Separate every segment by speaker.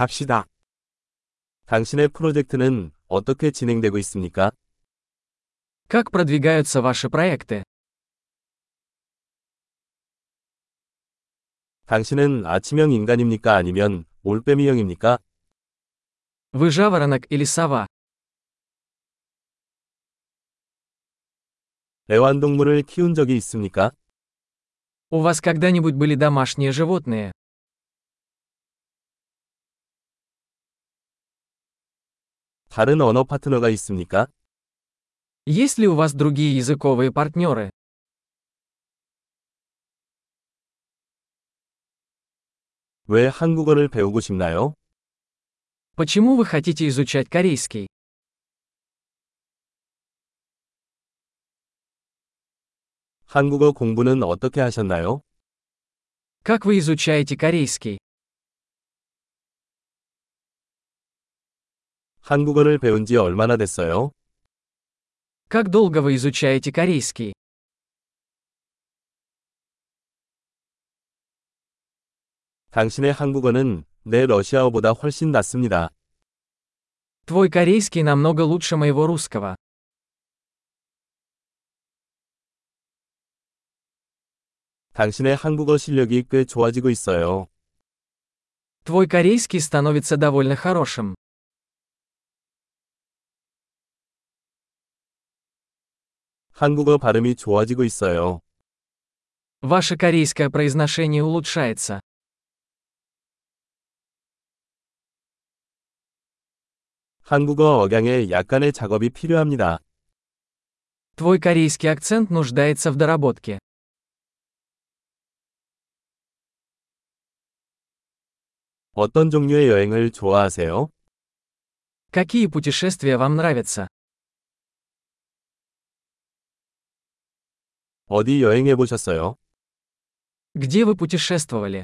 Speaker 1: 갑시다. 당신의 프로젝트는 어떻게 진행되고 있습니까?
Speaker 2: Как продвигаются ваши проекты?
Speaker 1: 당신은 아침형 인간입니까? 아니면 올빼미형입니까?
Speaker 2: Вы жаворонок или сова?
Speaker 1: 애완동물을 키운 적이 있습니까?
Speaker 2: У вас когда-нибудь были домашние животные?
Speaker 1: 다른 언어 파트너가 있습니까?
Speaker 2: Есть ли у вас другие языковые партнеры?
Speaker 1: 왜 한국어를 배우고 싶나요?
Speaker 2: Почему вы хотите изучать корейский?
Speaker 1: 한국어 공부는 어떻게 하셨나요?
Speaker 2: Как вы изучаете корейский?
Speaker 1: 한국어를 배운 지 얼마나 됐어요?
Speaker 2: Как долго вы изучаете корейский?
Speaker 1: 당신의 한국어는 내 러시아어보다 훨씬 낫습니다.
Speaker 2: Твой корейский намного лучше моего русского.
Speaker 1: 당신의 한국어 실력이 꽤 좋아지고 있어요.
Speaker 2: Твой корейский становится довольно хорошим.
Speaker 1: 한국어 발음이 좋아지고 있어요.
Speaker 2: Ваше корейское произношение улучшается.
Speaker 1: 한국어 억양에 약간의 작업이 필요합니다.
Speaker 2: Твой корейский акцент нуждается в доработке.
Speaker 1: 어떤 종류의 여행을 좋아하세요?
Speaker 2: Какие путешествия вам нравятся?
Speaker 1: 어디 여행해 보셨어요?
Speaker 2: Где вы путешествовали?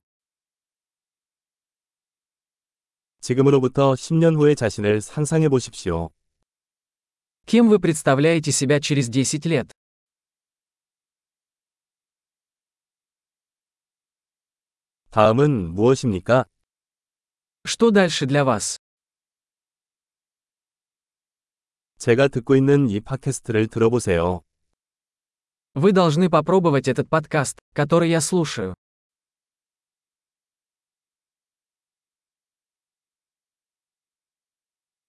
Speaker 1: 지금으로부터 10년 후의 자신을 상상해 보십시오.
Speaker 2: Кем вы представляете себя через 10 лет?
Speaker 1: 다음은 무엇입니까?
Speaker 2: Что дальше для вас?
Speaker 1: 제가 듣고 있는 이 팟캐스트를 들어보세요.
Speaker 2: Вы должны попробовать этот подкаст, который я слушаю.